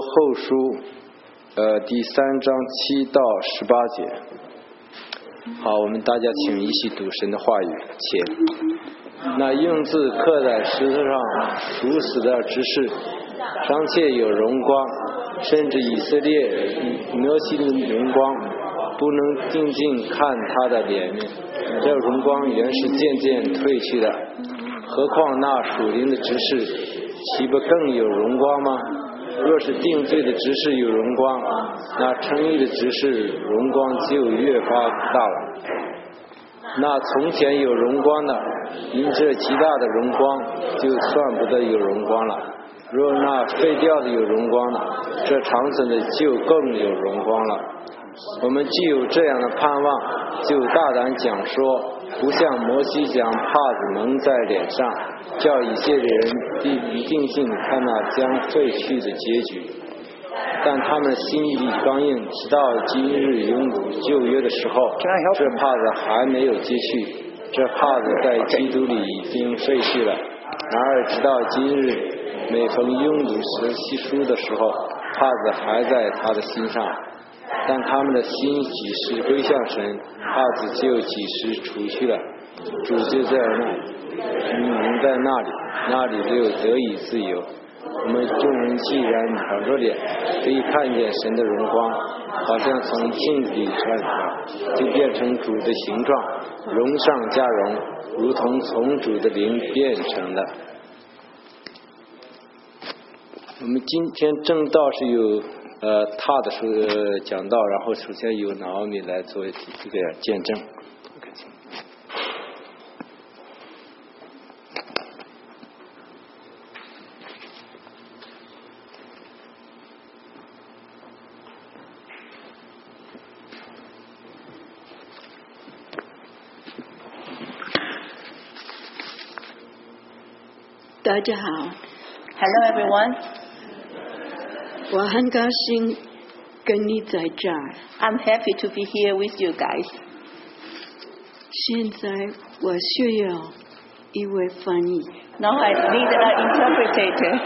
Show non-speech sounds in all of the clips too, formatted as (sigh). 后书呃第三章七到十八节。好，我们大家请一起读神的话语，且那用字刻在石头上属死的执事，尚且有荣光，甚至以色列摩西的荣光，不能定睛看他的脸面。这荣光原是渐渐褪去的，何况那属灵的执事，岂不更有荣光吗？若是定罪的执事有荣光，那称义的执事荣光就越发大了。那从前有荣光的，因这极大的荣光，就算不得有荣光了。若那废掉的有荣光了，这长存的就更有荣光了。我们既有这样的盼望，就大胆讲说，不像摩西将帕子蒙在脸上，叫以色列人必一定性看那将废去的结局。但他们心意刚硬，直到今日永古旧约的时候，这帕子还没有揭去，这帕子在基督里已经废去了。然而直到今日，每逢拥堵时期书的时候，帕子还在他的心上。但他们的心几时归向神，帕子就几时除去了。主就在那，你们在那里，那里就得以自由。我们众人既然敞着脸，可以看见神的荣光，好像从镜子里穿出来，就变成主的形状，荣上加荣，如同从主的灵变成的。我们今天正道是有呃他的说呃讲到，然后首先由拿奥米来做一这个见证。大家好， Hello, everyone. 我很高兴跟你在这儿。 I'm happy to be here with you guys. 现在我需要一位翻译。 Now I need an interpreter.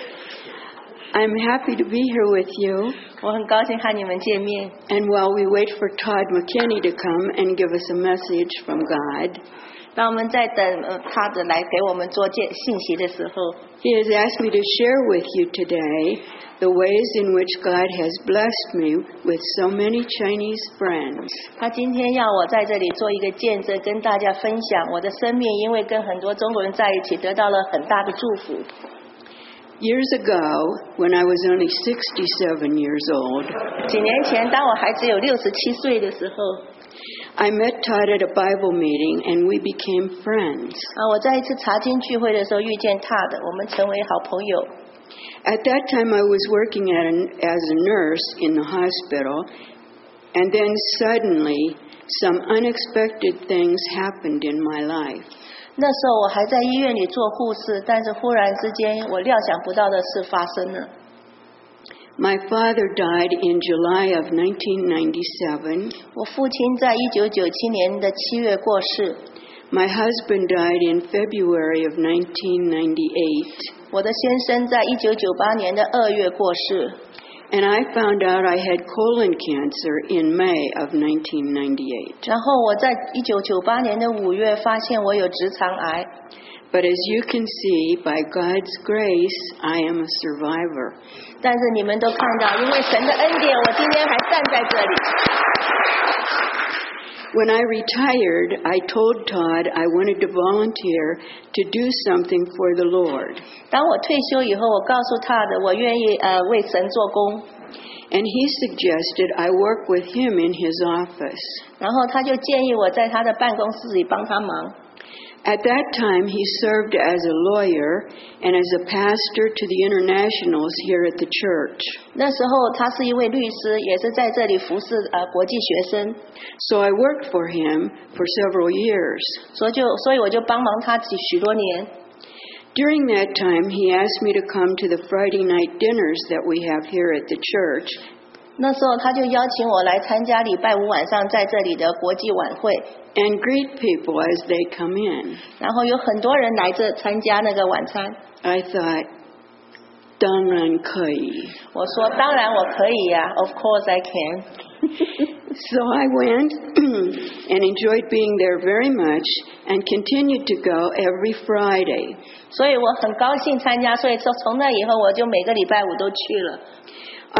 (laughs) I'm happy to be here with you. 我很高兴和你们见面。 And while we wait for Todd McKinney to come and give us a message from God, 那我们在等呃他的来给我们做见信息的时候， he has asked me to share with you today the ways in which God has blessed me with so many Chinese friends. 他今天要我在这里做一个见证，跟大家分享我的生命，因为跟很多中国人在一起，得到了很大的祝福。 Years ago, when I was only 67 years old, 几年前，当我还只有六十七岁的时候， I met Todd at a Bible meeting and we became friends. 啊，我在一次查经聚会的时候遇见他的，我们成为好朋友。 At that time, I was working at an, as a nurse in the hospital, and then suddenly, some unexpected things happened in my life. 那时候我还在医院里做护士，但是忽然之间，我料想不到的事发生了。 My father died in July of 1997. 我父亲在一九九七年的七月过世， My husband died in February of 1998. 我的先生在一九九八年的二月过世。 And I found out I had colon cancer in May of 1998. 然后我在一九九八年的五月发现我有直肠癌， But as you can see, by God's grace, I am a survivor. 但是你们都看到，因为神的恩典，我今天还站在这里。 When I retired, I told Todd I wanted to volunteer to do something for the Lord. 当我退休以后，我告诉他的，我愿意呃为神做工。 And he suggested I work with him in his office. 然后他就建议我在他的办公室里帮他忙。 At that time, he served as a lawyer and as a pastor to the internationals here at the church. 那时候他是一位律师，也是在这里服侍呃国际学生， So I worked for him for several years. 所以就所以我就帮忙他几许多年。 During that time, he asked me to come to the Friday night dinners that we have here at the church, 那时候他就邀请我来参加礼拜五晚上在这里的国际晚会， and greet people as they come in. 然后有很多人来这参加那个晚餐。 I thought, 当然可以。我说当然我可以呀、o f course I can。 So I went (clears throat) and enjoyed being there very much and continued to go every Friday. 所以我很高兴参加，所以从从那以后我就每个礼拜五都去了。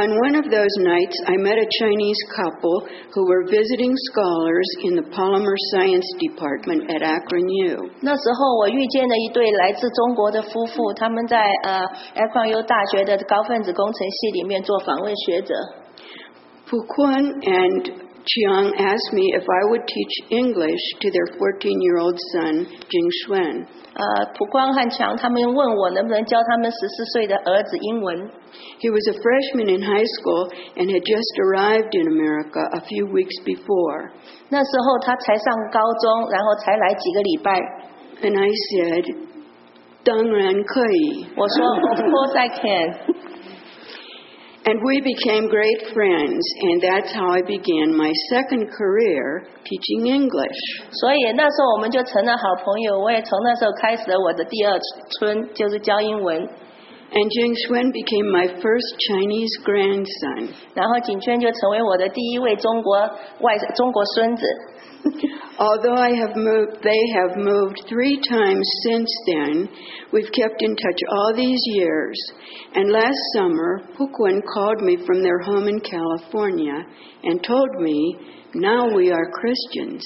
On one of those nights, I met a Chinese couple who were visiting scholars in the polymer science department at Akron U. 那时候我遇见了一对来自中国的夫妇，他们在呃 a q u a n U 大学的高分子工程系里面做访问学者。 Puquan and Chiang asked me if I would teach English to their 14 year old son, Jing Xuan. 呃，普光和强他们问我能不能教他们十四岁的儿子英文。 He was a freshman in high school and had just arrived in America a few weeks before. 那时候他才上高中，然后才来几个礼拜。 And I said, Dangran Kui. 我说 Of course I can。 And we became great friends, and that's how I began my second career teaching English. 所以那时候我们就成了好朋友。我也从那时候开始了我的第二春，就是教英文。 And Jing Xuan became my first Chinese grandson. 然后景圈就成为我的第一位中国外中国孙子。 Although I have moved, they have moved three times since then. We've kept in touch all these years. And last summer, Puquin called me from their home in California and told me, now we are Christians.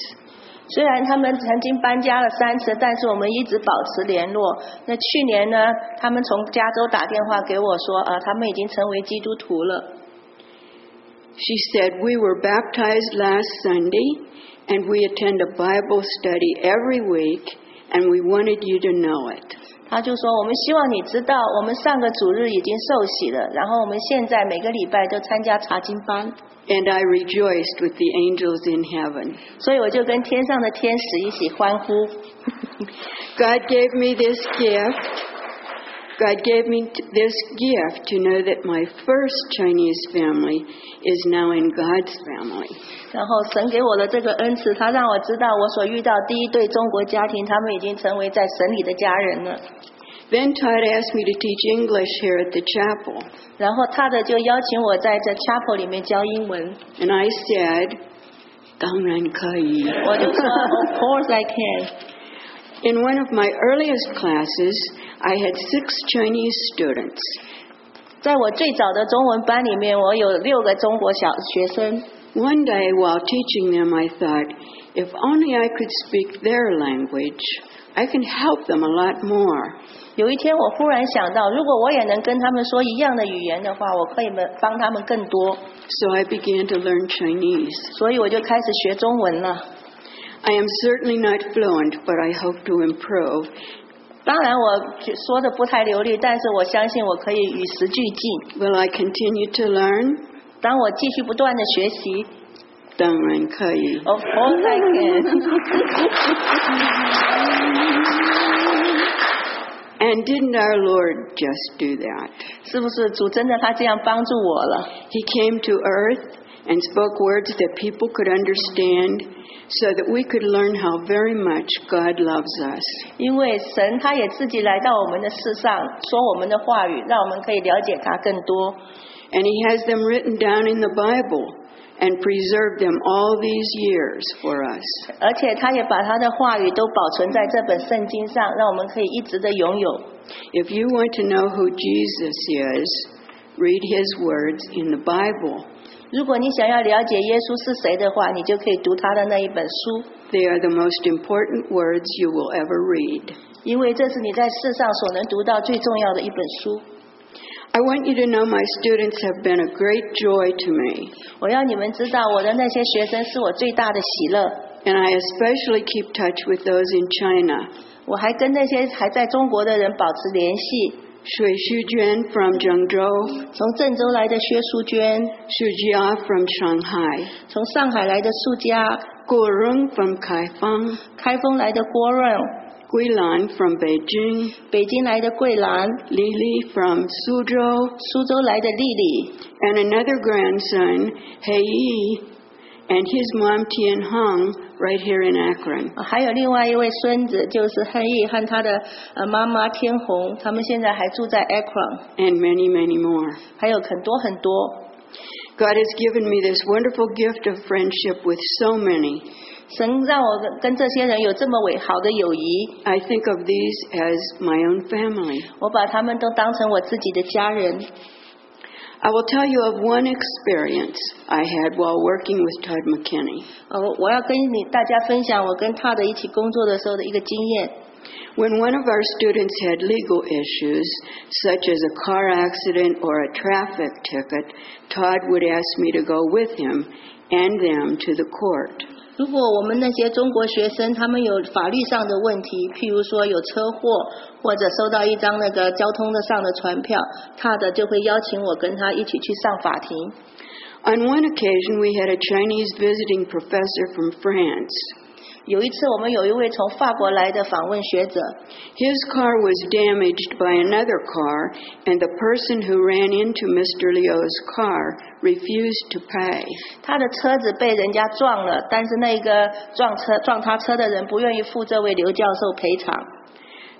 虽然他们曾经搬家了三次，但是我们一直保持联络。那去年呢，他们从加州打电话给我说，啊，他们已经成为基督徒了。 She said, we were baptized last Sunday and we attend a Bible study every week and we wanted you to know it. 他就说，我们希望你知道，我们上个主日已经受洗了，然后我们现在每个礼拜都参加查经班， And I rejoiced with the angels in heaven. 所以我就跟天上的天使一起欢呼。 God gave me this gift. God gave me t- this gift to know that my first Chinese family is now in God's family. 然后神给我的这个恩赐，他让我知道我所遇到第一对中国家庭，他们已经成为在神里的家人了。 Then Todd asked me to teach English here at the chapel, 然后他的就邀请我在这 chapel 里面教英文， and I said, 当然可以.我就 (laughs) 说哦 Of course I can。 In one of my earliest classes, I had six Chinese students. 在我最早的中文班里面，我有六个中国小学生。 One day while teaching them, I thought, if only I could speak their language, I can help them a lot more. 有一天，我忽然想到，如果我也能跟他们说一样的语言的话，我可以们帮他们更多。 So I began to learn Chinese. 所以我就开始学中文了。 I am certainly not fluent, but I hope to improve. 当然，我说的不太流利，但是我相信我可以与时俱进。 Will I continue to learn? 当我继续不断的学习当然可以. ，Of course I can。 (laughs) And didn't our Lord just do that? 是不是主真的他这样帮助我了？ He came to earth and spoke words that people could understand so that we could learn how very much God loves us. 因为神他也自己来到我们的世上，说我们的话语，让我们可以了解他更多。 And He has them written down in the Bible and preserved them all these years for us. 而且他也把他的话语都保存在这本圣经上，让我们可以一直的拥有。 If you want to know who Jesus is, read his words in the Bible. 如果你想要了解耶稣是谁的话，你就可以读他的那一本书， They are the most important words you will ever read. 因为这是你在世上所能读到最重要的一本书。 I want you to know my students have been a great joy to me, 我要你们知道，我的那些学生是我最大的喜乐。 and I especially keep touch with those in China. 我还跟那些还在中国的人保持联系， Shui Shujuan from Zhengzhou, 从郑州来的薛淑娟， Xu Jia from Shanghai, 从上海来的素佳， Guo Rong from Kaifeng, 开封来的郭润， Guilan from Beijing, 北京来的桂兰， Lili from Suzhou, 苏州来的丽丽， and another grandson, Hei, and his mom Tian Hong right here in Akron. 啊还有另外一位孙子，就是亨毅和他的呃妈妈天红，他们现在还住在 Akron， and many, many more. 还有很多很多。 God has given me this wonderful gift of friendship with so many. 神让我跟跟这些人有这么伟好的友谊， I think of these as my own family. 我把他们都当成我自己的家人。 I will tell you of one experience I had while working with Todd McKinney. 呃，我要跟你大家分享我跟他的一起工作的时候的一个经验。 When one of our students had legal issues, such as a car accident or a traffic ticket, Todd would ask me to go with him and them to the court. 如果我们那些中国学生他们有法律上的问题，譬如说有车祸或者收到一张那个交通的上的传票，他的就会邀请我跟他一起去上法庭。 On one occasion, we had a Chinese visiting professor from France. 有一次，我们有一位从法国来的访问学者， His car was damaged by another car, and the person who ran into Mr. Leo's car refused to pay. 他的车子被人家撞了，但是那个撞车撞他车的人不愿意付这位刘教授赔偿。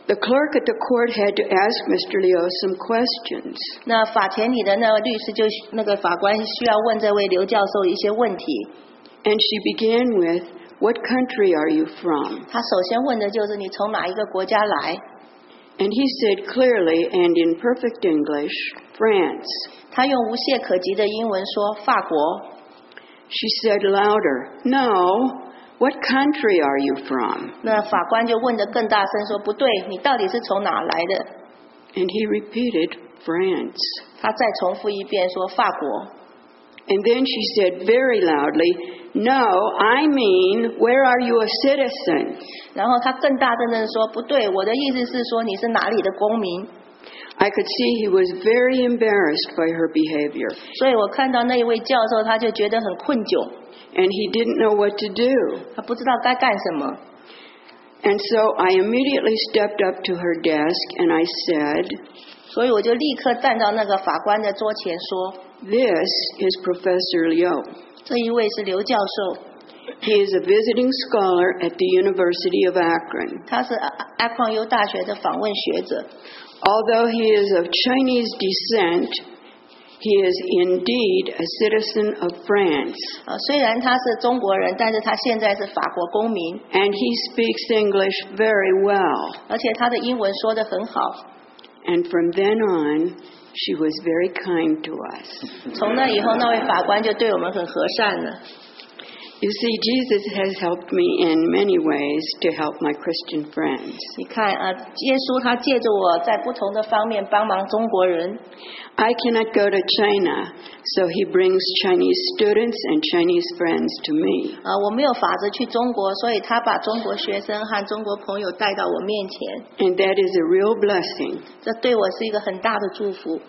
The clerk at the court had to ask Mr. Leo some questions. 那法庭里的那个律师就那个法官需要问这位刘教授一些问题。 And she began with, What country are you from? 他首先问的就是你从哪一个国家来？ And he said clearly and in perfect English, France. 他用无懈可击的英文说法国。 She said louder, No, what country are you from? 那法官就问得更大声说不对，你到底是从哪来的？ And he repeated, France. 他再重复一遍说法国。 And then she said very loudly, No, I mean, where are you a citizen? 然后他更大声的说不对，我的意思是说你是哪里的公民？ I could see he was very embarrassed by her behavior, 所以我看到那一位教授，他就觉得很困窘， and he didn't know what to do. 他不知道该干什么。 And so I immediately stepped up to her desk and I said, 所以我就立刻站到那个法官的桌前说 This is Professor Liu.：“ 这一位是刘教授， He is a visiting scholar at the University of Akron. 他是阿矿优大学的访问学者。 Although he is of Chinese descent, he is indeed a citizen of France. 呃，虽然他是中国人，但是他现在是法国公民， And he speaks English very well. 而且他的英文说得很好。 And from then on, she was very kind to us. 从那以后，那位法官就对我们很和善了。 You see, Jesus has helped me in many ways to help my Christian friends. 你看啊，耶稣他借着我在不同的方面帮忙中国人。 I cannot go to China, so he brings Chinese students and Chinese friends to me. 啊，我没有法子去中国，所以他把中国学生和中国朋友带到我面前， And that is a real blessing. 这对我是一个很大的祝福。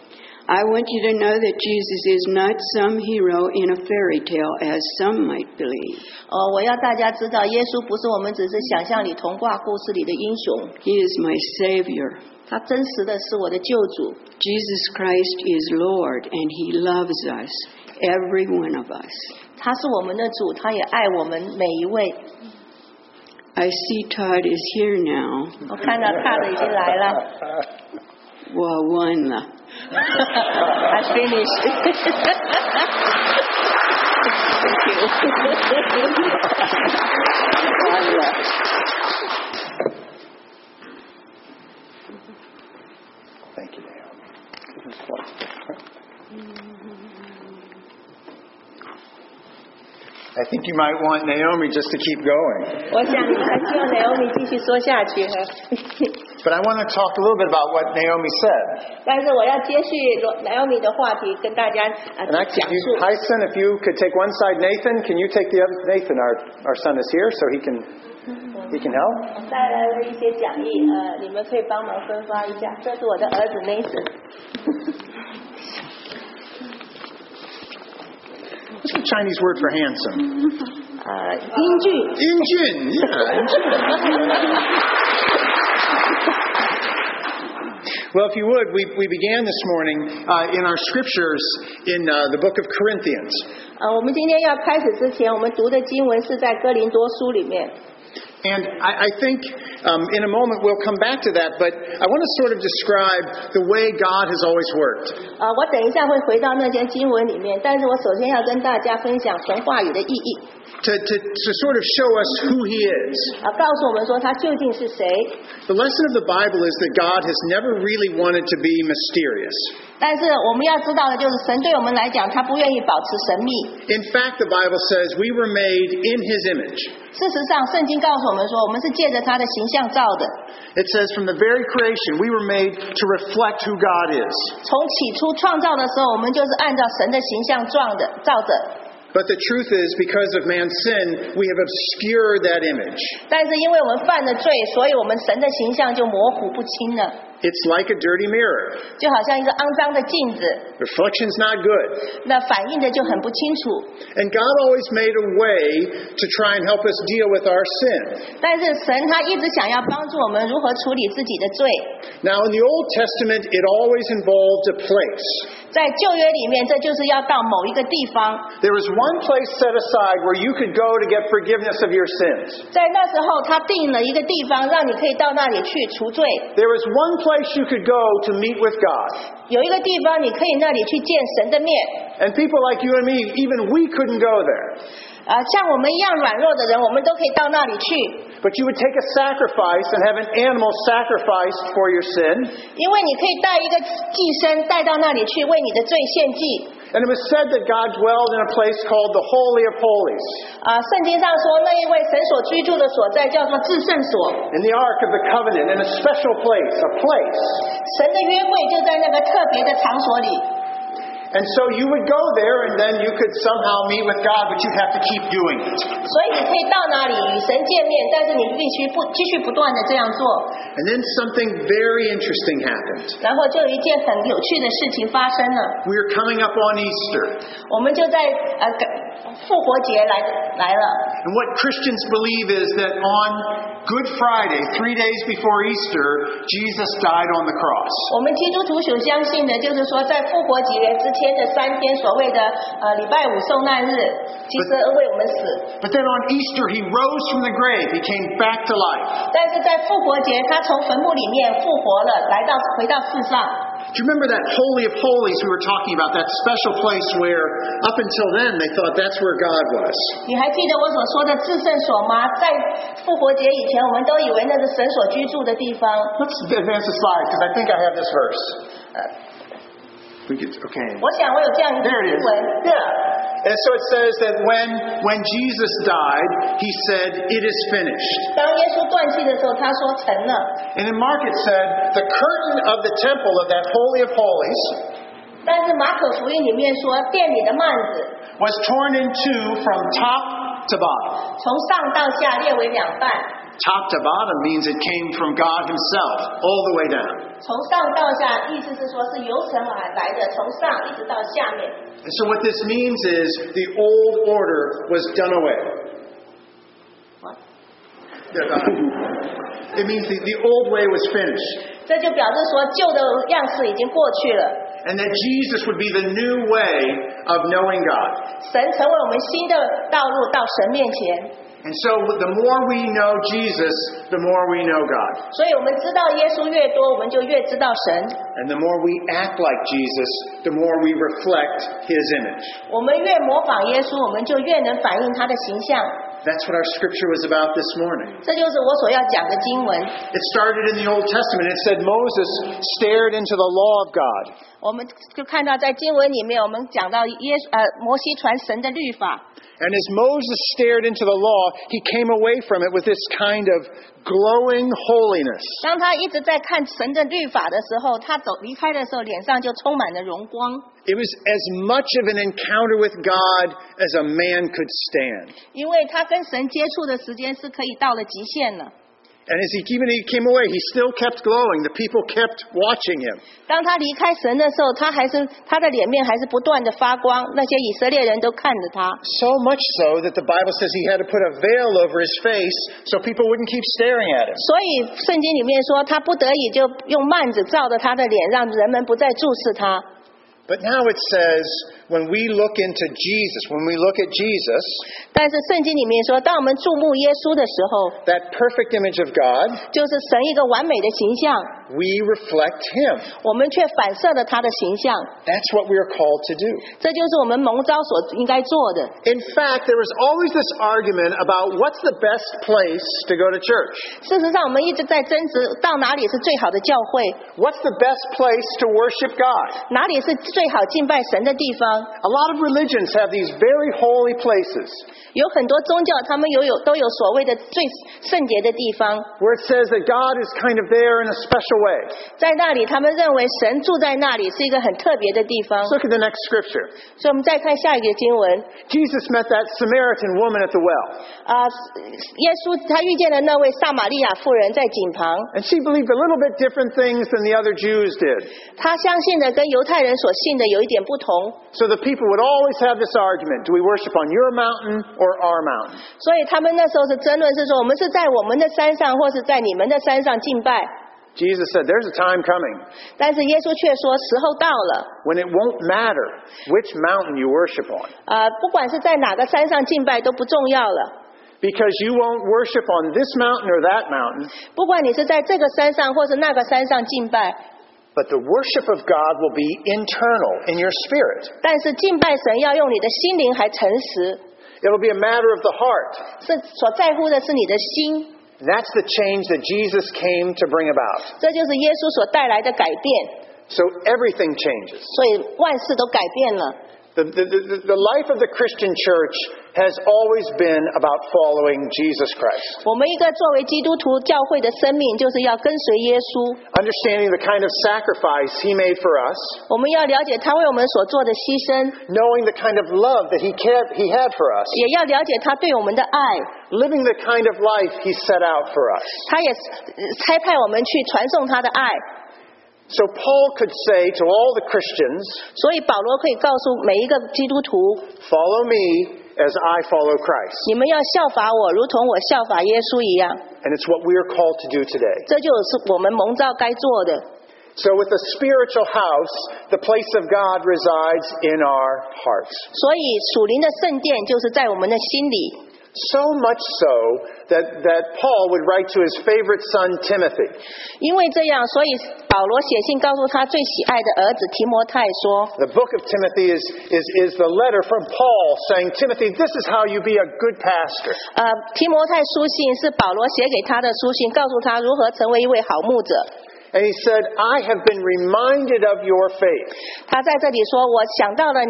I want you to know that Jesus is not some hero in a fairy tale, as some might believe. 哦，我要大家知道，耶稣不是我们只是想象里童话故事里的英雄， He is my Savior. 他真实的是我的救主。 Jesus Christ is Lord, and He loves us, every one of us. 他是我们的主，他也爱我们每一位。 I see Todd is here now. 我看到大的已经来了 Well, one. uh, ，I finish 。 Thank you, Dale. I think you might want Naomi just to keep going. (laughs) 我想你还希望 Naomi 继续说下去哈， (laughs) But I want to talk a little bit about what Naomi said. 但是我要接续罗 Naomi 的话题，跟大家啊 And I, 讲 if you, 述。 Hyson, if you could take one side, Nathan, can you take the other? Nathan, our, our son is here, so he can, he can help. 带来了一些讲义，呃，你们可以帮忙分发一下。这是我的儿子 Nathan， What's the Chinese word for handsome? 呃，英俊， Injun, yeah, injun. Well, if you would, we, we began this morning uh, in our scriptures in uh, the book of Corinthians. 呃，我们今天要开始之前，我们读的经文是在哥林多书里面。 And I, I think um, in a moment we'll come back to that, but I want to sort of describe the way God has always worked. 呃，我等一下会回到那些经文里面，但是我首先要跟大家分享神话语的意义， To, to, to sort of show us who He is. 啊、告诉我们说他究竟是谁。 The lesson of the Bible is that God has never really wanted to be mysterious. 但是我们要知道的就是，神对我们来讲，他不愿意保持神秘。 In fact, the Bible says we were made in His image. 事实上，圣经告诉我们说，我们是借着他的形象造的。 It says from the very creation we were made to reflect who God is. 从起初创造的时候，我们就是按照神的形象撞的造的。 But the truth is, because of man's sin, we have obscured that image. 但是因为我们犯了罪，所以我们神的形象就模糊不清了， It's like a dirty mirror. 就好像一个肮脏的镜子， Reflection's not good. 那反映的就很不清楚。 And God always made a way to try and help us deal with our sin. 但是神他一直想要帮助我们如何处理自己的罪， Now, in the Old Testament, it always involved a place. 在旧约里面，这就是要到某一个地方， There was one place set aside where you could go to get forgiveness of your sins. 在那时候他定了一个地方，让你可以到那里去除罪， There was one place you could go to meet with God. 有一个地方你可以那里去见神的面。 And people like you and me, even we couldn't go there. 啊、像我们一样软弱的人，我们都可以到那里去， But you would take a sacrifice and have an animal sacrificed for your sin. 因为你可以带一个寄生带到那里去，为你的罪献祭。 And it was said that God dwelled in a place called the Holy of Holies. 啊，圣经上说那一位神所居住的所在叫做至圣所， In the Ark of the Covenant, in a special place, a place. 神的约柜就在那个特别的场所里。 And so you would go there and then you could somehow meet with God, but you'd have to keep doing it. 所以你可以到那里与神见面，但是你必须不继续不断的这样做， And then something very interesting happened. 然后就有一件很有趣的事情发生了， We were coming up on Easter. 我们就在呃感复活节来来了。 And what Christians believe is that on Good Friday, three days before Easter, Jesus died on the cross. 我们基督徒所相信的就是说，在复活节之前的三天，所谓的呃礼拜五受难日，其实为我们死。 But then on Easter, he rose from the grave. He came back to life. 但是在复活节，他从坟墓里面复活了，来到回到世上。 Do you remember that Holy of Holies we were talking about? That special place where, up until then, they thought that's where God was. 你还记得我所说的至圣所吗？在复活节以前，我们都以为那是神所居住的地方。 Let's advance the slide because I think I have this verse. We could, okay. 我想我有这样一个 There it 经 is. 文， Yeah. And so it says that when when Jesus died, he said, "It is finished." 当耶稣断气的时候，他说成了。 And in Mark it said, "The curtain of the temple of that holy of holies 但是马可福音里面说，店里的幔子 was torn in two from top to bottom." 从上到下列为两半， Top to bottom means it came from God Himself, all the way down. 从上到下，意思是说是由神而来的，从上一直到下面。 And so what this means is the old order was done away. What? Yeah, uh, (laughs) It means the, the old way was finished, 这就表示说，旧的样式已经过去了。 and that Jesus would be the new way of knowing God. 神成为我们新的道路到神面前， And so the more we know Jesus, the more we know God. 所以我们知道耶稣越多，我们就越知道神； And the more we act like Jesus, the more we reflect His image. 我们越模仿耶稣，我们就越能反映他的形象。 That's what our scripture was about this morning. 这就是我所要讲的经文。 It started in the Old Testament. It said Moses stared into the law of God. 我们就看到在经文里面，我们讲到耶稣呃摩西传神的律法， And as Moses stared into the law, he came away from it with this kind of glowing holiness. 当他一直在看神的律法的时候，他走离开的时候，脸上就充满了荣光， It was as much of an encounter with God as a man could stand. 因为他跟神接触的时间是可以到了极限了。 And as he, even he came away, he still kept glowing. The people kept watching him. 当他离开神的时候，他还是他的脸面还是不断的发光，那些以色列人都看着他， So much so that the Bible says he had to put a veil over his face so people wouldn't keep staring at him. 所以圣经里面说，他不得已就用幔子罩着他的脸，让人们不再注视他。 But now it says, when we look into Jesus, when we look at Jesus, 但是圣经里面说，当我们注目耶稣的时候， that perfect image of God, 就是神一个完美的形象， we reflect him. 我们却反射了他的形象， That's what we are called to do. 这就是我们蒙召所应该做的。 In fact, there is always this argument about what's the best place to go to church? 事实上，我们一直在争执到哪里是最好的教会， What's the best place to worship God? 哪里是最好敬拜神的地方。 A lot of religions have these very holy places 有很多宗教，他们有有都有所谓的最圣洁的地方， where it says that God is kind of there in a special way. 在那里他们认为神住在那里是一个很特别的地方。 Let's look at the next scripture. 所以我们再看下一个经文， Jesus met that Samaritan woman at the well, 啊、耶稣他遇见了那位撒玛利亚妇人在井旁， and she believed a little bit different things than the other Jews did. 他相信的跟犹太人所信的有一点不同， So the people would always have this argument do we worship on your mountain or our mountain? 所以他们那时候是争论是说，我们是在我们的山上，或是在你们的山上敬拜。 Jesus said, There's a time coming 但是耶稣却说时候到了， when it won't matter which mountain you worship on, 呃，不管是在哪个山上敬拜都不重要了。 because you won't worship on this mountain or that mountain, 不管你是在这个山上或是那个山上敬拜， but the worship of God will be internal in your spirit. 但是敬拜神要用你的心灵还诚实， It'll be a matter of the heart. 是所在乎的是你的心， And that's the change that Jesus came to bring about. 这就是耶稣所带来的改变。 So everything changes. 所以万事都改变了。 The, the, the, the life of the Christian church has always been about following Jesus Christ, 我们一个作为基督徒教会的生命，就是要跟随耶稣。 understanding the kind of sacrifice He made for us, 我们要了解他为我们所做的牺牲， knowing the kind of love that He, cared, he had for us, 也要了解他对我们的爱。 living the kind of life He set out for us. 他也呃差派我们去传送他的爱。 So Paul could say to all the Christians, 所以保罗可以告诉每一个基督徒， Follow me as I follow Christ. 你们要效法我，如同我效法耶稣一样。 And it's what we are called to do today. 这就是我们蒙召该做的。 So, with the spiritual house, the place of God resides in our hearts. 所以属灵的圣殿就是在我们的心里。 So much so that, that Paul would write to his favorite son Timothy 因为这样，所以保罗写信告诉他最喜爱的儿子提摩太说 The book of Timothy is, is, is the letter from Paul saying, Timothy, this is how you be a good pastor.：“ 呃，提摩太书信是保罗写给他的书信，告诉他如何成为一位好牧者。 And he said, I have been reminded of your faith, 他在这里说：‘我想到了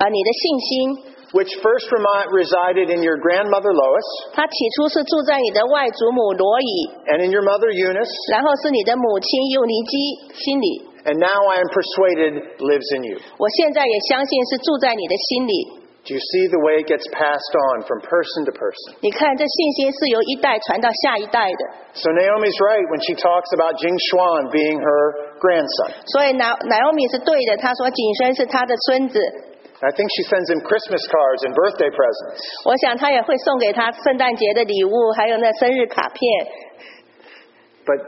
呃你的信心。 which first remi- resided in your grandmother Lois ’他起初是住在你的外祖母罗以， and in your mother Eunice, 然后是你的母亲幼尼基心里。 and now I am persuaded lives in you. 我现在也相信是住在你的心里。’” Do you see the way it gets passed on from person to person? 你看，这信心是由一代传到下一代的。 So Naomi's right when she talks about Jing Xuan being her grandson. 所以奶奶欧米是对的，他说景深是他的孙子， I think she sends him Christmas cards and birthday presents. 我想他也会送给他圣诞节的礼物，还有那生日卡片， But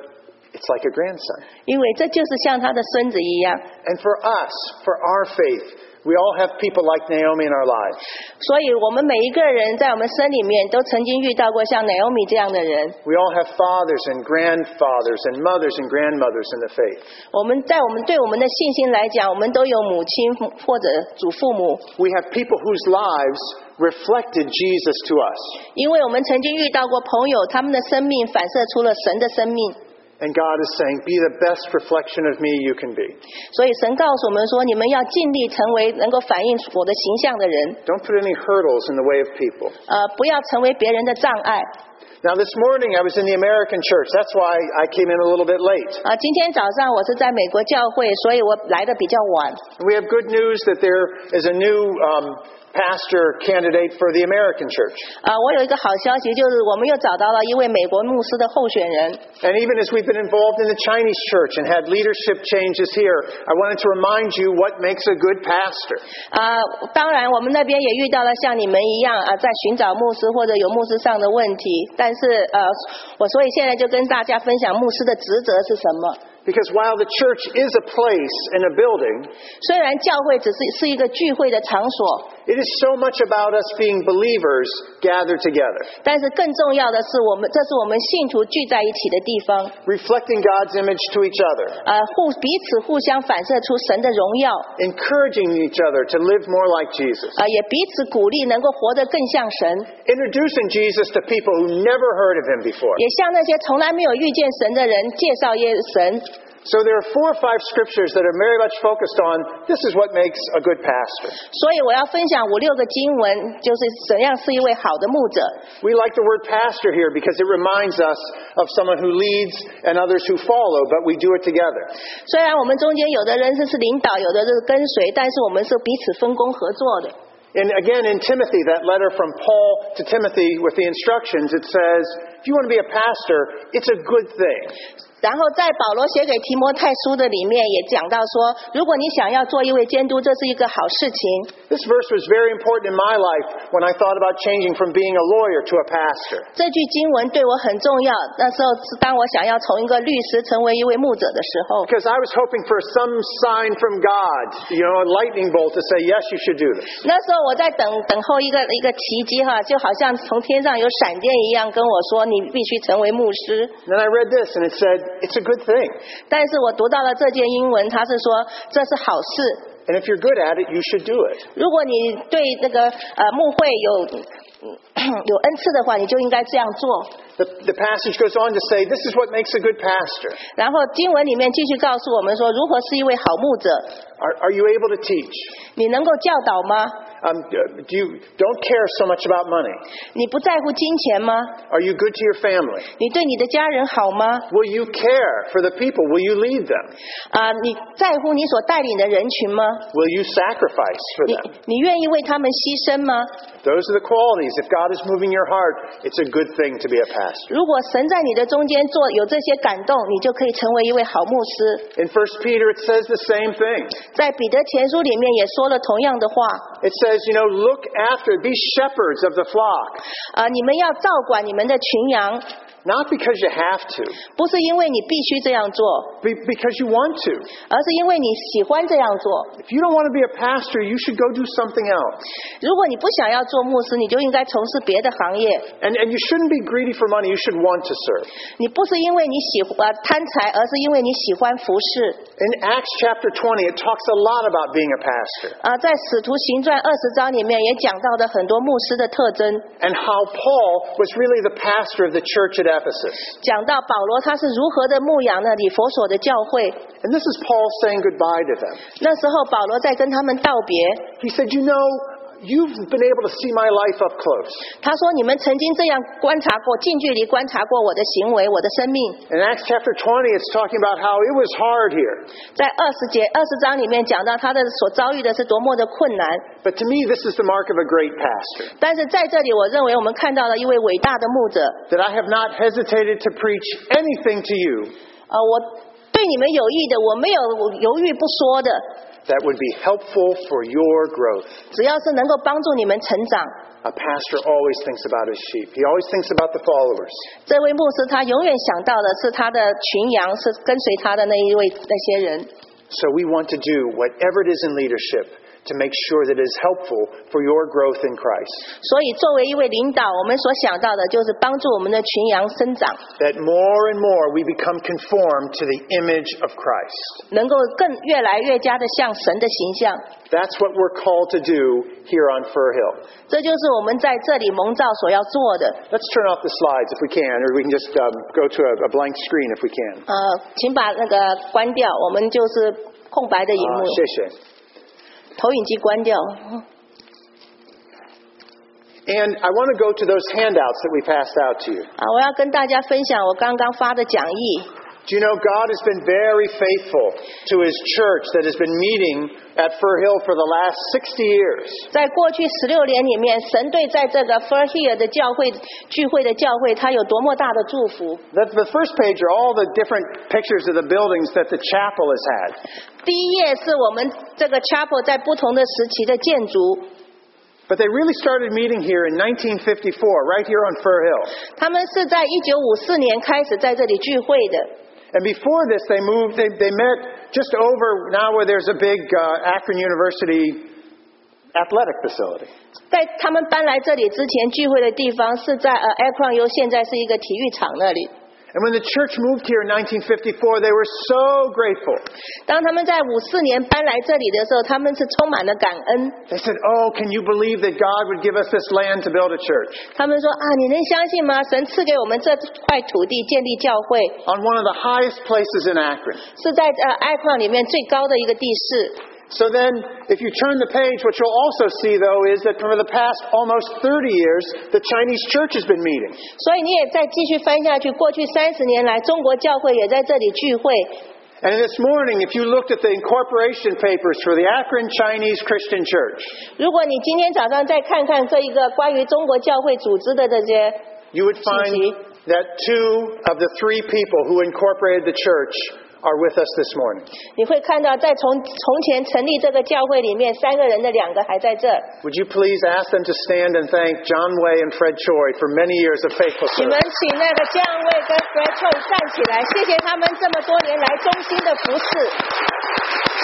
it's like a grandson. 因为这就是像他的孙子一样。 And for us, for our faith, we all have people like Naomi in our lives. 所以我们每一个人在我们身里面都曾经遇到过像奶欧米这样的人。 We all have fathers and grandfathers and mothers and grandmothers in the faith. 我们在我们对我们的信心来讲，我们都有母亲或者祖父母， We have people whose lives reflected Jesus to us. 因为我们曾经遇到过朋友，他们的生命反射出了神的生命。 And God is saying, be the best reflection of me you can be. 所以神告诉我们说，你们要尽力成为能够反映我的形象的人， Don't put any hurdles in the way of people. 呃，不要成为别人的障碍。 Now, this morning I was in the American church. That's why I came in a little bit late. 啊，今天早上我是在美国教会，所以我来的比较晚。 We have good news that there is a new um, pastor candidate for the American church. 啊，我有一个好消息，就是我们又找到了一位美国牧师的候选人。 And even as we've been involved in the Chinese church and had leadership changes here, I wanted to remind you what makes a good pastor. 啊，当然我们那边也遇到了像你们一样啊，在寻找牧师或者有牧师上的问题。但是呃，我所以现在就跟大家分享牧师的职责是什么。 Because while the church is a place and a building, 虽然教会只是是一个聚会的场所， it is so much about us being believers gathered together, 但是更重要的是，我们这是我们信徒聚在一起的地方， reflecting God's image to each other, 呃，互彼此互相反射出神的荣耀， encouraging each other to live more like Jesus, 呃，也彼此鼓励能够活得更像神， introducing Jesus to people who never heard of him before. 也向那些从来没有遇见神的人介绍耶神。 So there are four or five scriptures that are very much focused on this is what makes a good pastor. 所以我要分享五六个经文，就是怎样是一位好的牧者。 We like the word pastor here because it reminds us of someone who leads and others who follow, but we do it together. 虽然我们中间有的人是是领导，有的是跟随，但是我们是彼此分工合作的。 And again, in Timothy, that letter from Paul to Timothy with the instructions, it says, if you want to be a pastor, it's a good thing. 然后在保罗写给提摩太书的里面也讲到说，如果你想要做一位监督，这是一个好事情。 This verse was very important in my life when I thought about changing from being a lawyer to a pastor. 这句经文对我很重要。那时候是当我想要从一个律师成为一位牧者的时候， Because I was hoping for some sign from God, you know, a lightning bolt to say, yes, you should do this. 那时候我在等等候一个一个奇迹哈，就好像从天上有闪电一样跟我说你必须成为牧师。 And then I read this and it said, it's a good thing. 但是我读到了这件英文，他是说这是好事。 And if you're good at it, you should do it. 如果你对那个呃牧会有 (clears throat) 嗯有恩赐的话，你就应该这样做。 The, the passage goes on to say, this is what makes a good pastor. 然后经文里面继续告诉我们说，如何是一位好牧者， Are, are you able to teach? 你能够教导吗？ Um, do you don't care so much about money? 你不在乎金钱吗？ Are you good to your family? 你对你的家人好吗？ Will you care for the people? Will you lead them? 啊、你在乎你所带领的人群吗？ Will you sacrifice for 你 them? 你愿意为他们牺牲吗？ Those are the qualities. If God is moving your heart, it's a good thing to be a pastor. 如果神在你的中间做有这些感动，你就可以成为一位好牧师。 In 1 Peter, it says the same thing. 在彼得前书里面也说了同样的话， It says, you know, look after, be shepherds of the flock, 啊、你们要照管你们的群羊， not because you have to, 不是因为你必须这样做， be- because you want to. 而是因为你喜欢这样做。 If you don't want to be a pastor, you should go do something else. 如果你不想要做牧师，你就应该从事别的行业。 And, and you shouldn't be greedy for money. You should want to serve. 你不是因为你喜欢贪财，而是因为你喜欢服侍。 In Acts chapter 20, it talks a lot about being a pastor 啊，在《使徒行传》二十章里面也讲到的很多牧师的特征， and how Paul was really the pastor of the church at Ephesus. 讲到保罗他是如何的牧养那里佛所的教会。 And this is Paul saying goodbye to them. 那时候保罗在跟他们道别， He said, You know, you've been able to see my life up close. 他说：“你们曾经这样观察过，近距离观察过我的行为，我的生命。 In Acts chapter 20, it's talking about how it was hard here. ”在二十节二十章里面讲到他的所遭遇的是多么的困难， But to me, this is the mark of a great pastor 但是在这里，我认为我们看到了一位伟大的牧者。 that I have not hesitated to preach anything to you 呃，我对你们有益的，我没有犹豫不说的， that would be helpful for your growth. 只要是能够帮助你们成长。 A pastor always thinks about his sheep, he always thinks about the followers. 这位牧师他永远想到的是他的群羊，是跟随他的那一位那些人。 So we want to do whatever it is in leadership to make sure that it is helpful for your growth in Christ. 所以，作为一位领导，我们所想到的就是帮助我们的群羊生长， That more and more we become conformed to the image of Christ. 能够更越来越加的像神的形象。 That's what we're called to do here on Fur Hill. 这就是我们在这里蒙召所要做的。 Let's turn off the slides if we can, or we can just um, go to a, a blank screen if we can. 呃，请把那个关掉，我们就是空白的 Uh, 荧幕，啊，谢谢。投影机关掉。 And I want to go to those handouts that we passed out to you. 啊，我要跟大家分享我刚刚发的讲义。 Do you know God has been very faithful to His church that has been meeting at Fur Hill for the last 60 years? 在过去十六年里面，神对在这个 Fur Here 的教会聚会的教会，他有多么大的祝福。 The, the first page are all the different pictures of the buildings that the chapel has had. 第一页是我们这个 chapel 在不同的时期的建筑， But they really started meeting here in 1954, right here on Fur Hill. 他们是在一九五四年开始在这里聚会的。 And before this, they moved, they, they met just over now where there's a big uh, Akron University athletic facility. 在他们搬来这里之前，聚会的地方是在呃 Akron U，现在是一个体育场那里。 And when the church moved here in 1954, they were so grateful. 当他们在五四年搬来这里的时候，他们是充满了感恩。 They said, Oh, can you believe that God would give us this land to build a church? 他们说啊，你能相信吗？神赐给我们这块土地建立教会， On one of the highest places in Akron. 是在呃 Akron 里面最高的一个地势。 So then, if you turn the page, what you'll also see, though, is that for the past almost 30 years, the Chinese church has been meeting. 所以你也再继续翻下去，过去三十年来，中国教会也在这里聚会。 And this morning, if you looked at the incorporation papers for the Akron Chinese Christian Church, 如果你今天早上再看看这一个关于中国教会组织的这些 you would find Mhm. that two of the three people who incorporated the church are with us this morning. 你会看到，在从从前成立这个教会里面，三个人的两个还在这儿。 Would you please ask them to stand and thank John Way and Fred Choi for many years of faithful 你们 service? 请那个姜卫跟 Fred Cho 站起来，谢谢他们这么多年来衷心的服侍。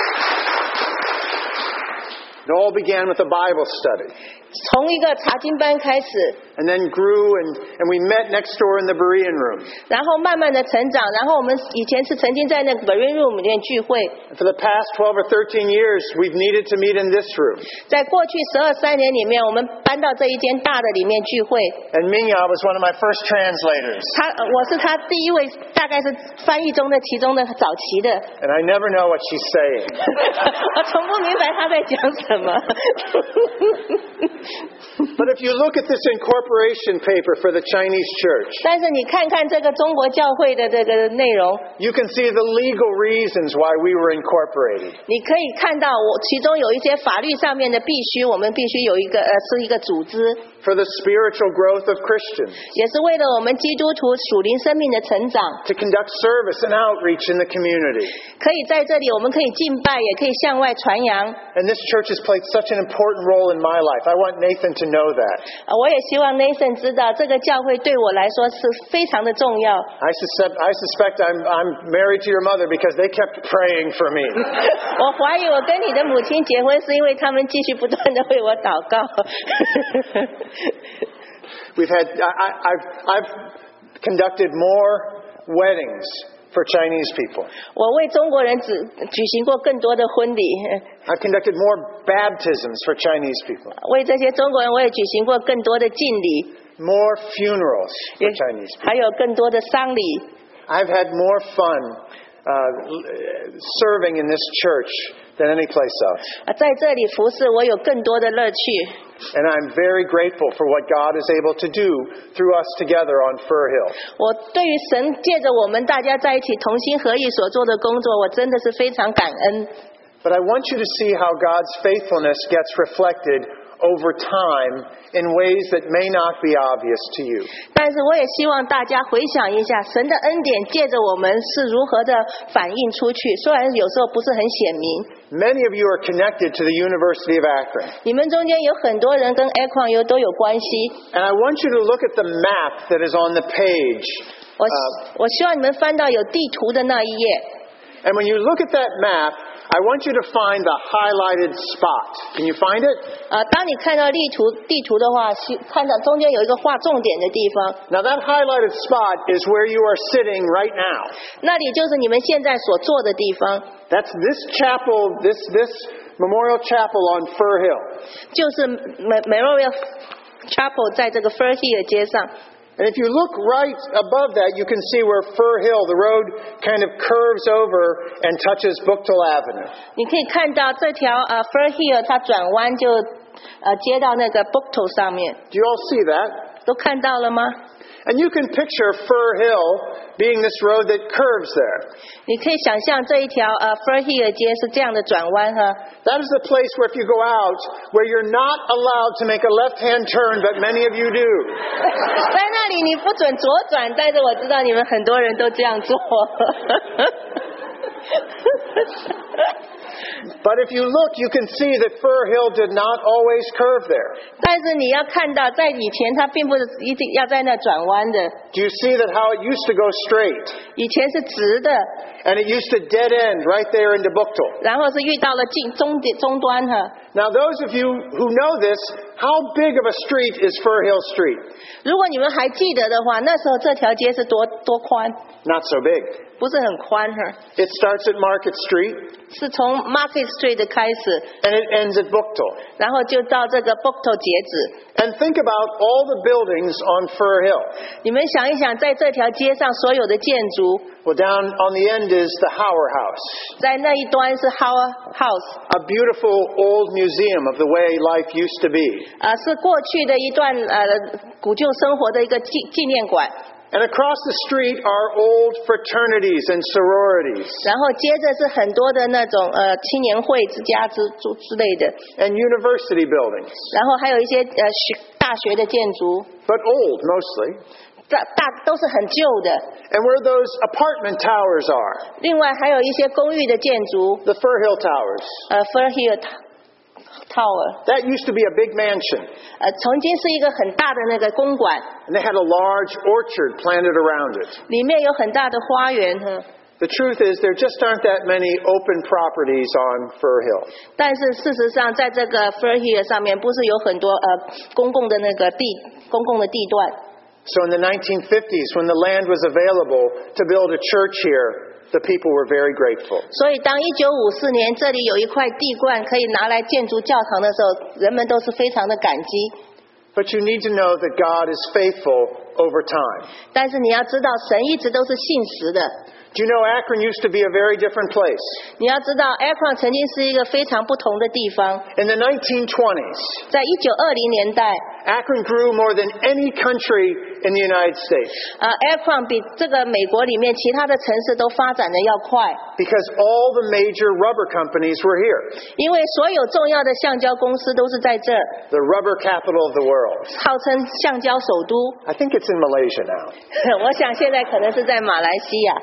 It all began with a Bible study 从一个查经班开始， and then grew, and, and we met next door in the Berean room. 然后慢慢的成长，然后我们以前是曾经在那个 Marine Room 里面聚会， And for the past 12 or 13 years, we've needed to meet in this room. 在过去十二三年里面，我们搬到这一间大的里面聚会。 And Minya was one of my first translators. 他，呃我是他第一位，大概是翻译中的其中的早期的， (laughs) And I never know what she's saying. 我从不明白他在讲什么。 (laughs) But if you look at this incorporation paper for the Chinese church, 但是你看看这个中国教会的这个内容， you can see the legal reasons why we were incorporated. 你可以看到我其中有一些法律上面的必须，我们必须有一个呃是一个组织， For the spiritual growth of Christians, 也是为了我们基督徒属灵生命的成长， to conduct service and outreach in the community. 可以在这里我们可以敬拜，也可以向外传扬。 And this church has played such an important role in my life. I want Nathan to know that. 呃我也希望 Nathan 知道，这个教会对我来说是非常的重要。 (laughs) I suspect, I suspect I'm, I'm married to your mother because they kept praying for me. 我怀疑我跟你的母亲结婚是因为他们继续不断的为我祷告。 (laughs) We've had, I, I, I've, I've conducted more weddings for Chinese people. 我为中国人举举行过更多的婚礼， I've conducted more baptisms for Chinese people, 为这些中国人我也举行过更多的敬礼， more funerals for 也 Chinese people. 还有更多的丧礼。 I've had more fun uh, serving in this church than any place else. 啊在这里服侍我有更多的乐趣， And I'm very grateful for what God is able to do through us together on Fur Hill. 我对于神借着我们大家在一起同心合意所做的工作，我真的是非常感恩。 But I want you to see how God's faithfulness gets reflected over time in ways that may not be obvious to you. 但是我也希望大家回想一下，神的恩典借着我们是如何的反映出去。虽然有时候不是很显明， Many of you are connected to the University of Akron. 你们中间有很多人跟 Acron 又都有关系。 And I want you to look at the map that is on the page. Uh, 我、我希望你们翻到有地图的那一页。 And when you look at that map, I want you to find the highlighted spot. Can you find it? 呃，当你看到地图地图的话，是看到中间有一个画重点的地方， Now that highlighted spot is where you are sitting right now. 那里就是你们现在所坐的地方， That's this chapel, this this memorial chapel on Fur Hill. 就是 m e m e r i a l Chapel 在这个 Fur Hill 街上。 And if you look right above that, you can see where Fur Hill, the road kind of curves over and touches Booktel Avenue. 你可以看到这条呃 Fur Hill 它转弯就呃接到那个 bookto 上面， Do you all see that? 都看到了吗？ And you can picture Fir Hill being this road that curves there. 你可以想象这一条呃 Fur Hill 街是这样的转弯哈， That is the place where if you go out, where you're not allowed to make a left-hand turn, but many of you do. 在那里你不准左转，但是我知道你们很多人都这样做。 (laughs) But if you look, you can see that Fir Hill did not always curve there. 但是你要看到，在以前它并不是一定要在那转弯的， Do you see that how it used to go straight? 以前是直的， And it used to dead end right there into Buchtel. 然后是遇到了近终点终端哈。 Now those of you who know this, how big of a street is Fir Hill Street? 如果你们还记得的话，那时候这条街是多多宽， Not so big. 不是很宽哈， It starts at Market Street 是从 Market Street 开始， and it ends at Buchtel. 然后就到这个 b o k t o 截止。 And think about all the buildings on Fir Hill. 你们想一想，在这条街上所有的建筑， Well, down on the end is the Hauer House, 在那一端是 Our House， a beautiful old museum of the way life used to be. 啊，是过去的一段呃古旧生活的一个纪纪念馆。 And across the street are old fraternities and sororities 然后接着是很多的那种呃青年会之家之之之类的， and university buildings, 然后还有一些呃学大学的建筑， but old mostly. 大大都是很旧的。 And where those apartment towers are, 另外还有一些公寓的建筑， the Fir Hill Towers. 呃 Fur Hill Tower， That used to be a big mansion, 呃曾经是一个很大的那个公馆， and they had a large orchard planted around it. 里面有很大的花园嗯哈。 The truth is, there just aren't that many open properties on Fir Hill. 但是事实上，在这个 Fur Hill 上面，不是有很多呃公共的那个地公共的地段， So in the 1950s, when the land was available to build a church here, the people were very grateful. 所以，当1954年这里有一块地冠可以拿来建筑教堂的时候，人们都是非常的感激。 But you need to know that God is faithful over time. 但是你要知道，神一直都是信实的。 Do you know Akron used to be a very different place? 你要知道 a c r o n 曾经是一个非常不同的地方。 In the 1920s, 在1920年代， Akron grew more than any country in the United States 呃 a c r o n 比这个美国里面其他的城市都发展的要快， because all the major rubber companies were here, 因为所有重要的橡胶公司都是在这儿， the rubber capital of the world. 号称橡胶首都。 (laughs) I think it's in Malaysia now. 我想现在可能是在马来西亚，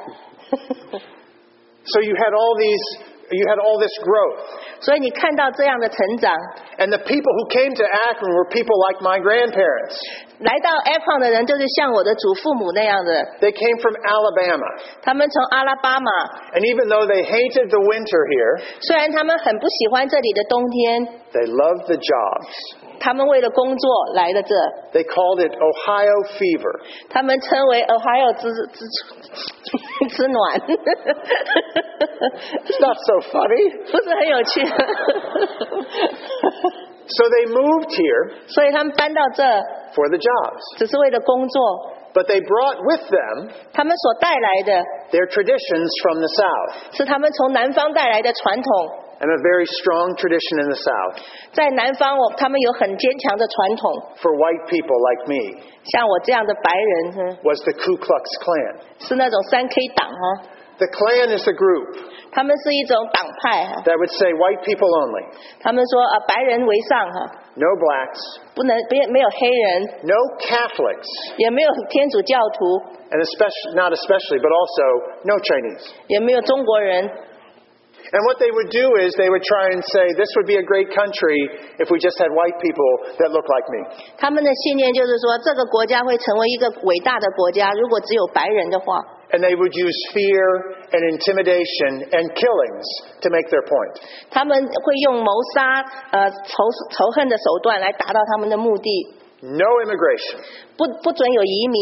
So you had all these, you had all this growth. 所以你看到这样的成长， And the people who came to Akron were people like my grandparents. 来到 a p o n 的人就是像我的祖父母那样的， They came from Alabama. 他们从阿拉巴马， And even though they hated the winter here, 虽然他们很不喜欢这里的冬天， they loved the jobs. 他们为了工作来了这， They called it Ohio fever. 他们称为 Ohio 之之之之暖， (laughs) It's not so funny. 不是很有趣， So they moved here (laughs) 所以他们搬到这 for the jobs. 只是为了工作， But they brought with them 他们所带来的 their traditions from the South 是他们从南方带来的传统。 and a very strong tradition in the South 在南方，我他们有很坚强的传统， for white people like me 像我这样的白人，哼 was the Ku Klux Klan. 是那种三 K 党哈， The Klan is a group 他们是一种党派哈， that would say white people only, 他们说啊、呃白人为上哈， no blacks, 不能别没有黑人， no Catholics, 也没有天主教徒， and especially not especially, but also no Chinese. 也没有中国人。 And what they would do is they would try and say, this would be a great country if we just had white people that look like me. 他们的信念就是说，这个国家会成为一个伟大的国家，如果只有白人的话， And they would use fear and intimidation and killings to make their point. 他们会用谋杀、呃仇仇恨的手段来达到他们的目的， No immigration, 不不准有移民，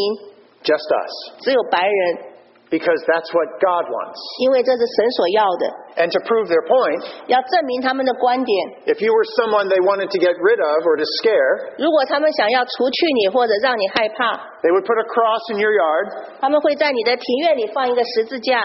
just us. 只有白人， Because that's what God wants. 因为这是神所要的。 And to prove their point, 要证明他们的观点， if you were someone they wanted to get rid of or to scare, 如果他们想要除去你或者让你害怕， they would put a cross in your yard 他们会在你的庭院里放一个十字架，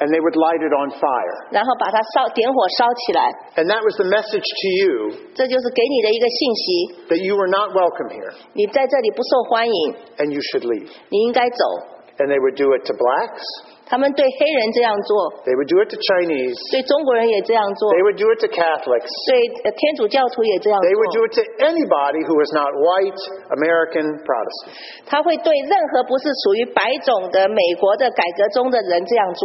and they would light it on fire. 然后把它烧点火烧起来。 And that was the message to you 这就是给你的一个信息， that you were not welcome here 你在这里不受欢迎， and you should leave. 你应该走。 And they would do it to blacks, 他们对黑人这样做， they would do it to Chinese, 对中国人也这样做， they would do it to Catholics, 对呃天主教徒也这样 they would 做。do it to anybody who was not white, American, Protestant. 他会对任何不是属于白种的美国的改革中的人这样做。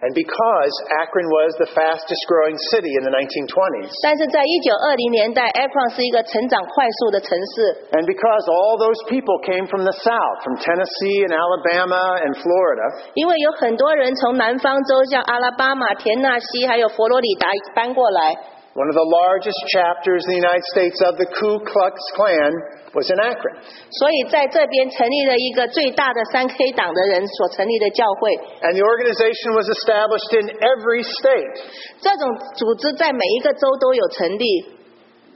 And because Akron was the fastest growing city in the 1920s, 但是在一九二零年代，Akron 是一个成长快速的城市， and because all those people came from the South, from Tennessee and Alabama and Florida, 因为有很多人从南方州，像阿拉巴马、田纳西还有佛罗里达搬过来。 one of the largest chapters in the United States of the Ku Klux Klan was in Akron. 所以在这边成立了一个最大的三 K 党的人所成立的教会， And the organization was established in every state. 这种组织在每一个州都有成立，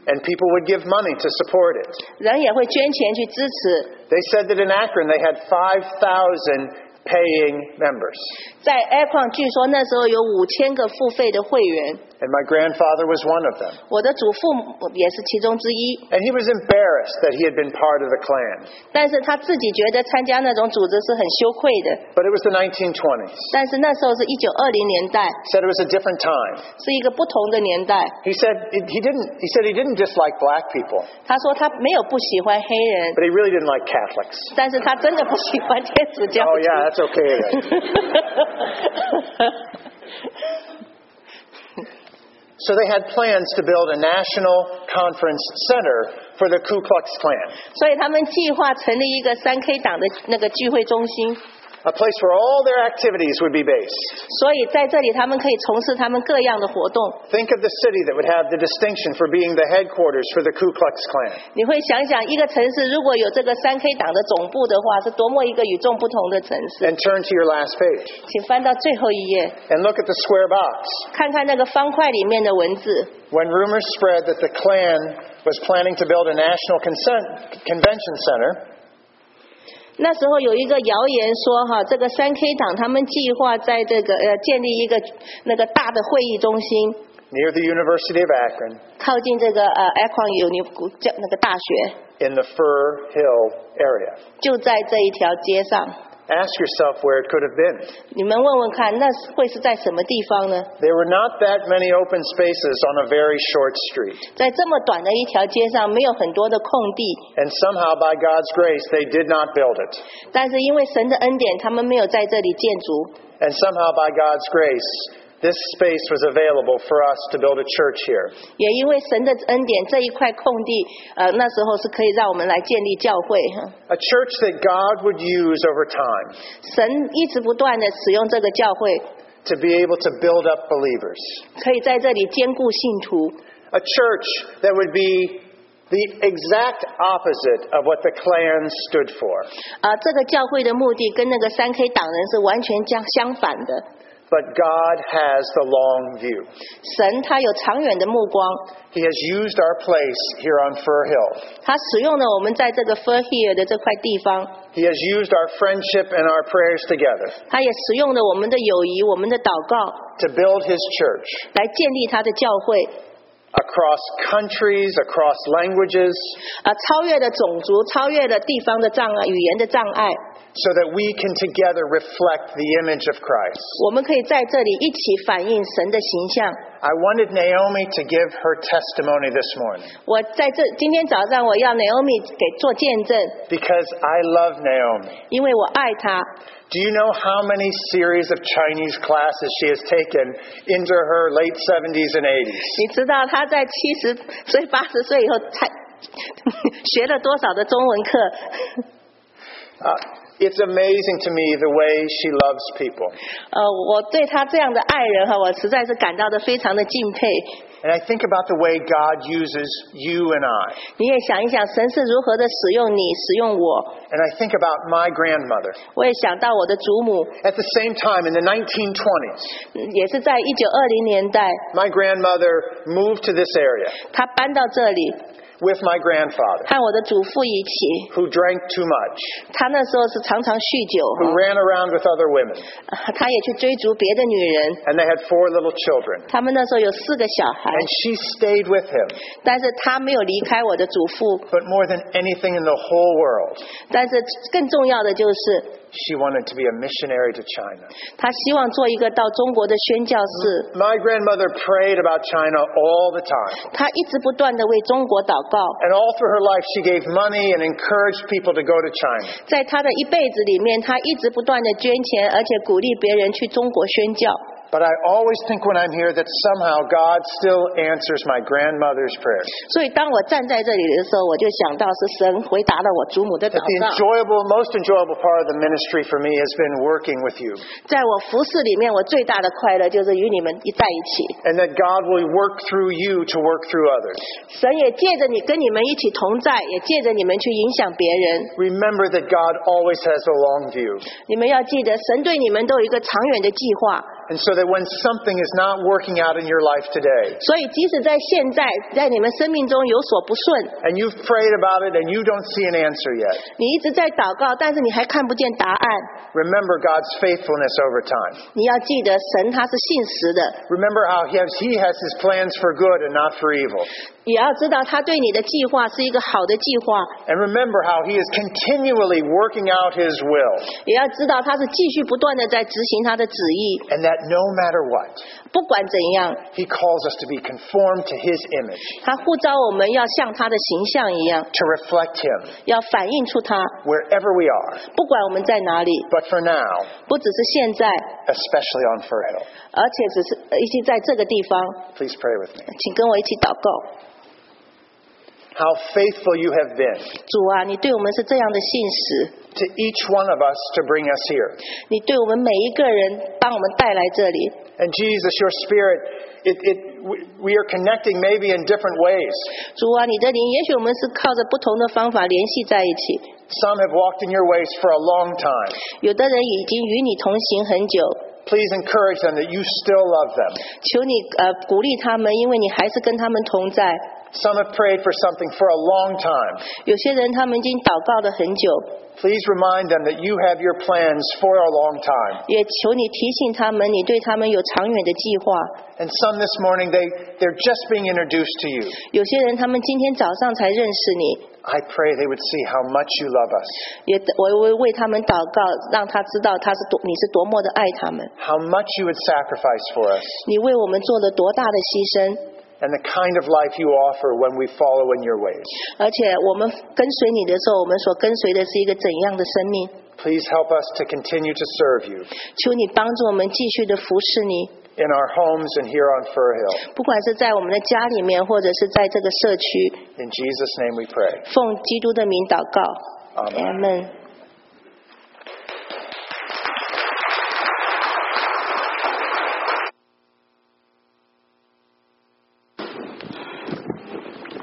And people would give money to support it. 人也会捐钱去支持。 They said that in Akron they had 5,000 paying members. 在 Akron 据说那时候有五千个付费的会员， And my grandfather was one of them. 我的祖父母也是其中之一， And he was embarrassed that he had been part of the Klan. 但是他自己觉得参加那种组织是很羞愧的。 But it was the 1920s. 但是那时候是一九二零年代， Said it was a different time. 是一个不同的年代。 He said he didn't. He said he didn't dislike black people, 他说他没有不喜欢黑人 but，he really didn't like Catholics. 但是他真的不喜欢天主教 Oh 徒。 yeah, that's okay. then. So they had plans to build a national conference center for the Ku Klux Klan, 所以他们计划成立一个三 K 党的那个聚会中心， a place where all their activities would be based. 所以在这里他们可以从事他们各样的活动。 Think of the city that would have the distinction for being the headquarters for the Ku Klux Klan. 你会想想，一个城市如果有这个三 K 党的总部的话，是多么一个与众不同的城市。 And turn to your last page 请翻到最后一页， and look at the square box. 看看那个方块里面的文字。 When rumors spread that the Klan was planning to build a national consent, convention center, 那时候有一个谣言说，哈，这个三 K 党他们计划在这个呃建立一个那个大的会议中心， near the University of Akron 靠近这个呃 Akron 有尼古教那个大学， in the Fur Hill area. 就在这一条街上。 Ask yourself where it could have been. 你们问问看，那会是在什么地方呢？ There were not that many open spaces on a very short street. 在这么短的一条街上，没有很多的空地， And somehow, by God's grace, they did not build it. 但是因为神的恩典，他们没有在这里建筑， And somehow, by God's grace, this space was available for us to build a church here. 也因为神的恩典，这一块空地，呃，那时候是可以让我们来建立教会。哈 A church that God would use over time 神一直不断的使用这个教会， to be able to build up believers. 可以在这里兼顾信徒， A church that would be the exact opposite of what the Klan stood for. 啊、这个教会的目的跟那个三 K 党人是完全相相反的。 But God has the long view. 神他有长远的目光， He has used our place here on Fur Hill. 他使用了我们在这个 Fur Hill 的这块地方， He has used our friendship and our prayers together 他也使用了我们的友谊、我们的祷告， to build His church 来建立他的教会， across countries, across languages, 啊、超越了种族，超越了地方的障碍、语言的障碍， so that we can together reflect the image of Christ. 我们可以在这里一起反映神的形象。 I wanted Naomi to give her testimony this morning 我在这今天早上，我要 Naomi 给做见证， because I love Naomi. 因为我爱他。 Do you know how many series of Chinese classes she has taken into her late 70s and 80s? 你知道他在七十岁、八十岁以后才 (laughs) 学了多少的中文课？ Uh, it's amazing to me the way she loves people. 呃，我对他这样的爱人哈，我实在是感到的非常的敬佩。 And I think about the way God uses you and I. 你也想一想，神是如何的使用你、使用我。 And I think about my grandmother. 我也想到我的祖母， At the same time, in the 1920s, 嗯也是在一九二零年代， my grandmother moved to this area. 她搬到这里， with my grandfather 和我的祖父一起， who drank too much, 他那时候是常常酗 who 酒 ran around with other women, 哈，他也去追逐别的女人。 and they had four little children. 他们那时候有四个小孩， And she stayed with him. 但是他没有离开我的祖父。 But more than anything in the whole world, 但是更重要的就是， she wanted to be a missionary to China. 他希望做一个到中国的宣教士。 My grandmother prayed about China all the time. 他一直不断的为中国祷告， And all through her life, she gave money and encouraged people to go to China. 在他的一辈子里面，他一直不断的捐钱，而且鼓励别人去中国宣教。 But I always think when I'm here that somehow God still answers my grandmother's prayers. 所以当我站在这里的时候，我就想到是神回答了我祖母的祷 That the 告。 enjoyable, most enjoyable part of the ministry for me has been working with you. 在我服侍里面，我最大的快乐就是与你们一在一起。 And that God will work through you to work through others. 神也借着你跟你们一起同在，也借着你们去影响别人。 Remember that God always has a long view. 你们要记得，神对你们都有一个长远的计划。 And so that when something is not working out in your life today, 所以，即使在现在，在你们生命中有所不顺， and you've prayed about it and you don't see an answer yet, 你一直在祷告，但是你还看不见答案， remember God's faithfulness over time. 你要记得，神他是信实的， Remember how He has, he has His plans for good and not for evil. 也要知道他对你的计划是一个好的计划， And remember how He is continually working out His will. 也要知道他是继续不断的在执行他的旨意。 And that no matter what, 不管怎样， He calls us to be conformed to His image, 他呼召我们要像他的形象一样， to reflect Him 要反映出他， wherever we are. 不管我们在哪里， But for now, 不只是现在， especially on Fur Hill. 而且只是呃以及在这个地方， Please pray with me. 请跟我一起祷告。 How faithful you have been 主啊，你对我们是这样的信实， to each one of us to bring us here. 你对我们每一个人帮我们带来这里。 And Jesus, your Spirit, it, it, we- we are connecting maybe in different ways. 主啊，你的灵，也许我们是靠着不同的方法联系在一起。 Some have walked in your ways for a long time. 有的人已经与你同行很久， Please encourage them that you still love them. 求你呃鼓励他们，因为你还是跟他们同在。 Some have prayed for something for a long time. 有些人他们已经祷告了很久， Please remind them that you have your plans for a long time. 也求你提醒他们，你对他们有长远的计划。 And some this morning, they, they're just being introduced to you. 有些人他们今天早上才认识你， I pray they would see how much you love us, 也我我为他们祷告，让他知道他是多你是多么的爱他们， how much you would sacrifice for us, 你为我们做了多大的牺牲。 and the kind of life you offer when we follow in your ways. 而且我们跟随你的时候，我们所跟随的是一个怎样的生命？ Please help us to continue to serve you 求你帮助我们继续的服侍你， in our homes and here on Fur Hill. 不管是在我们的家里面，或者是在这个社区， In Jesus' name we pray. 奉基督的名祷告 Amen. ，Amen。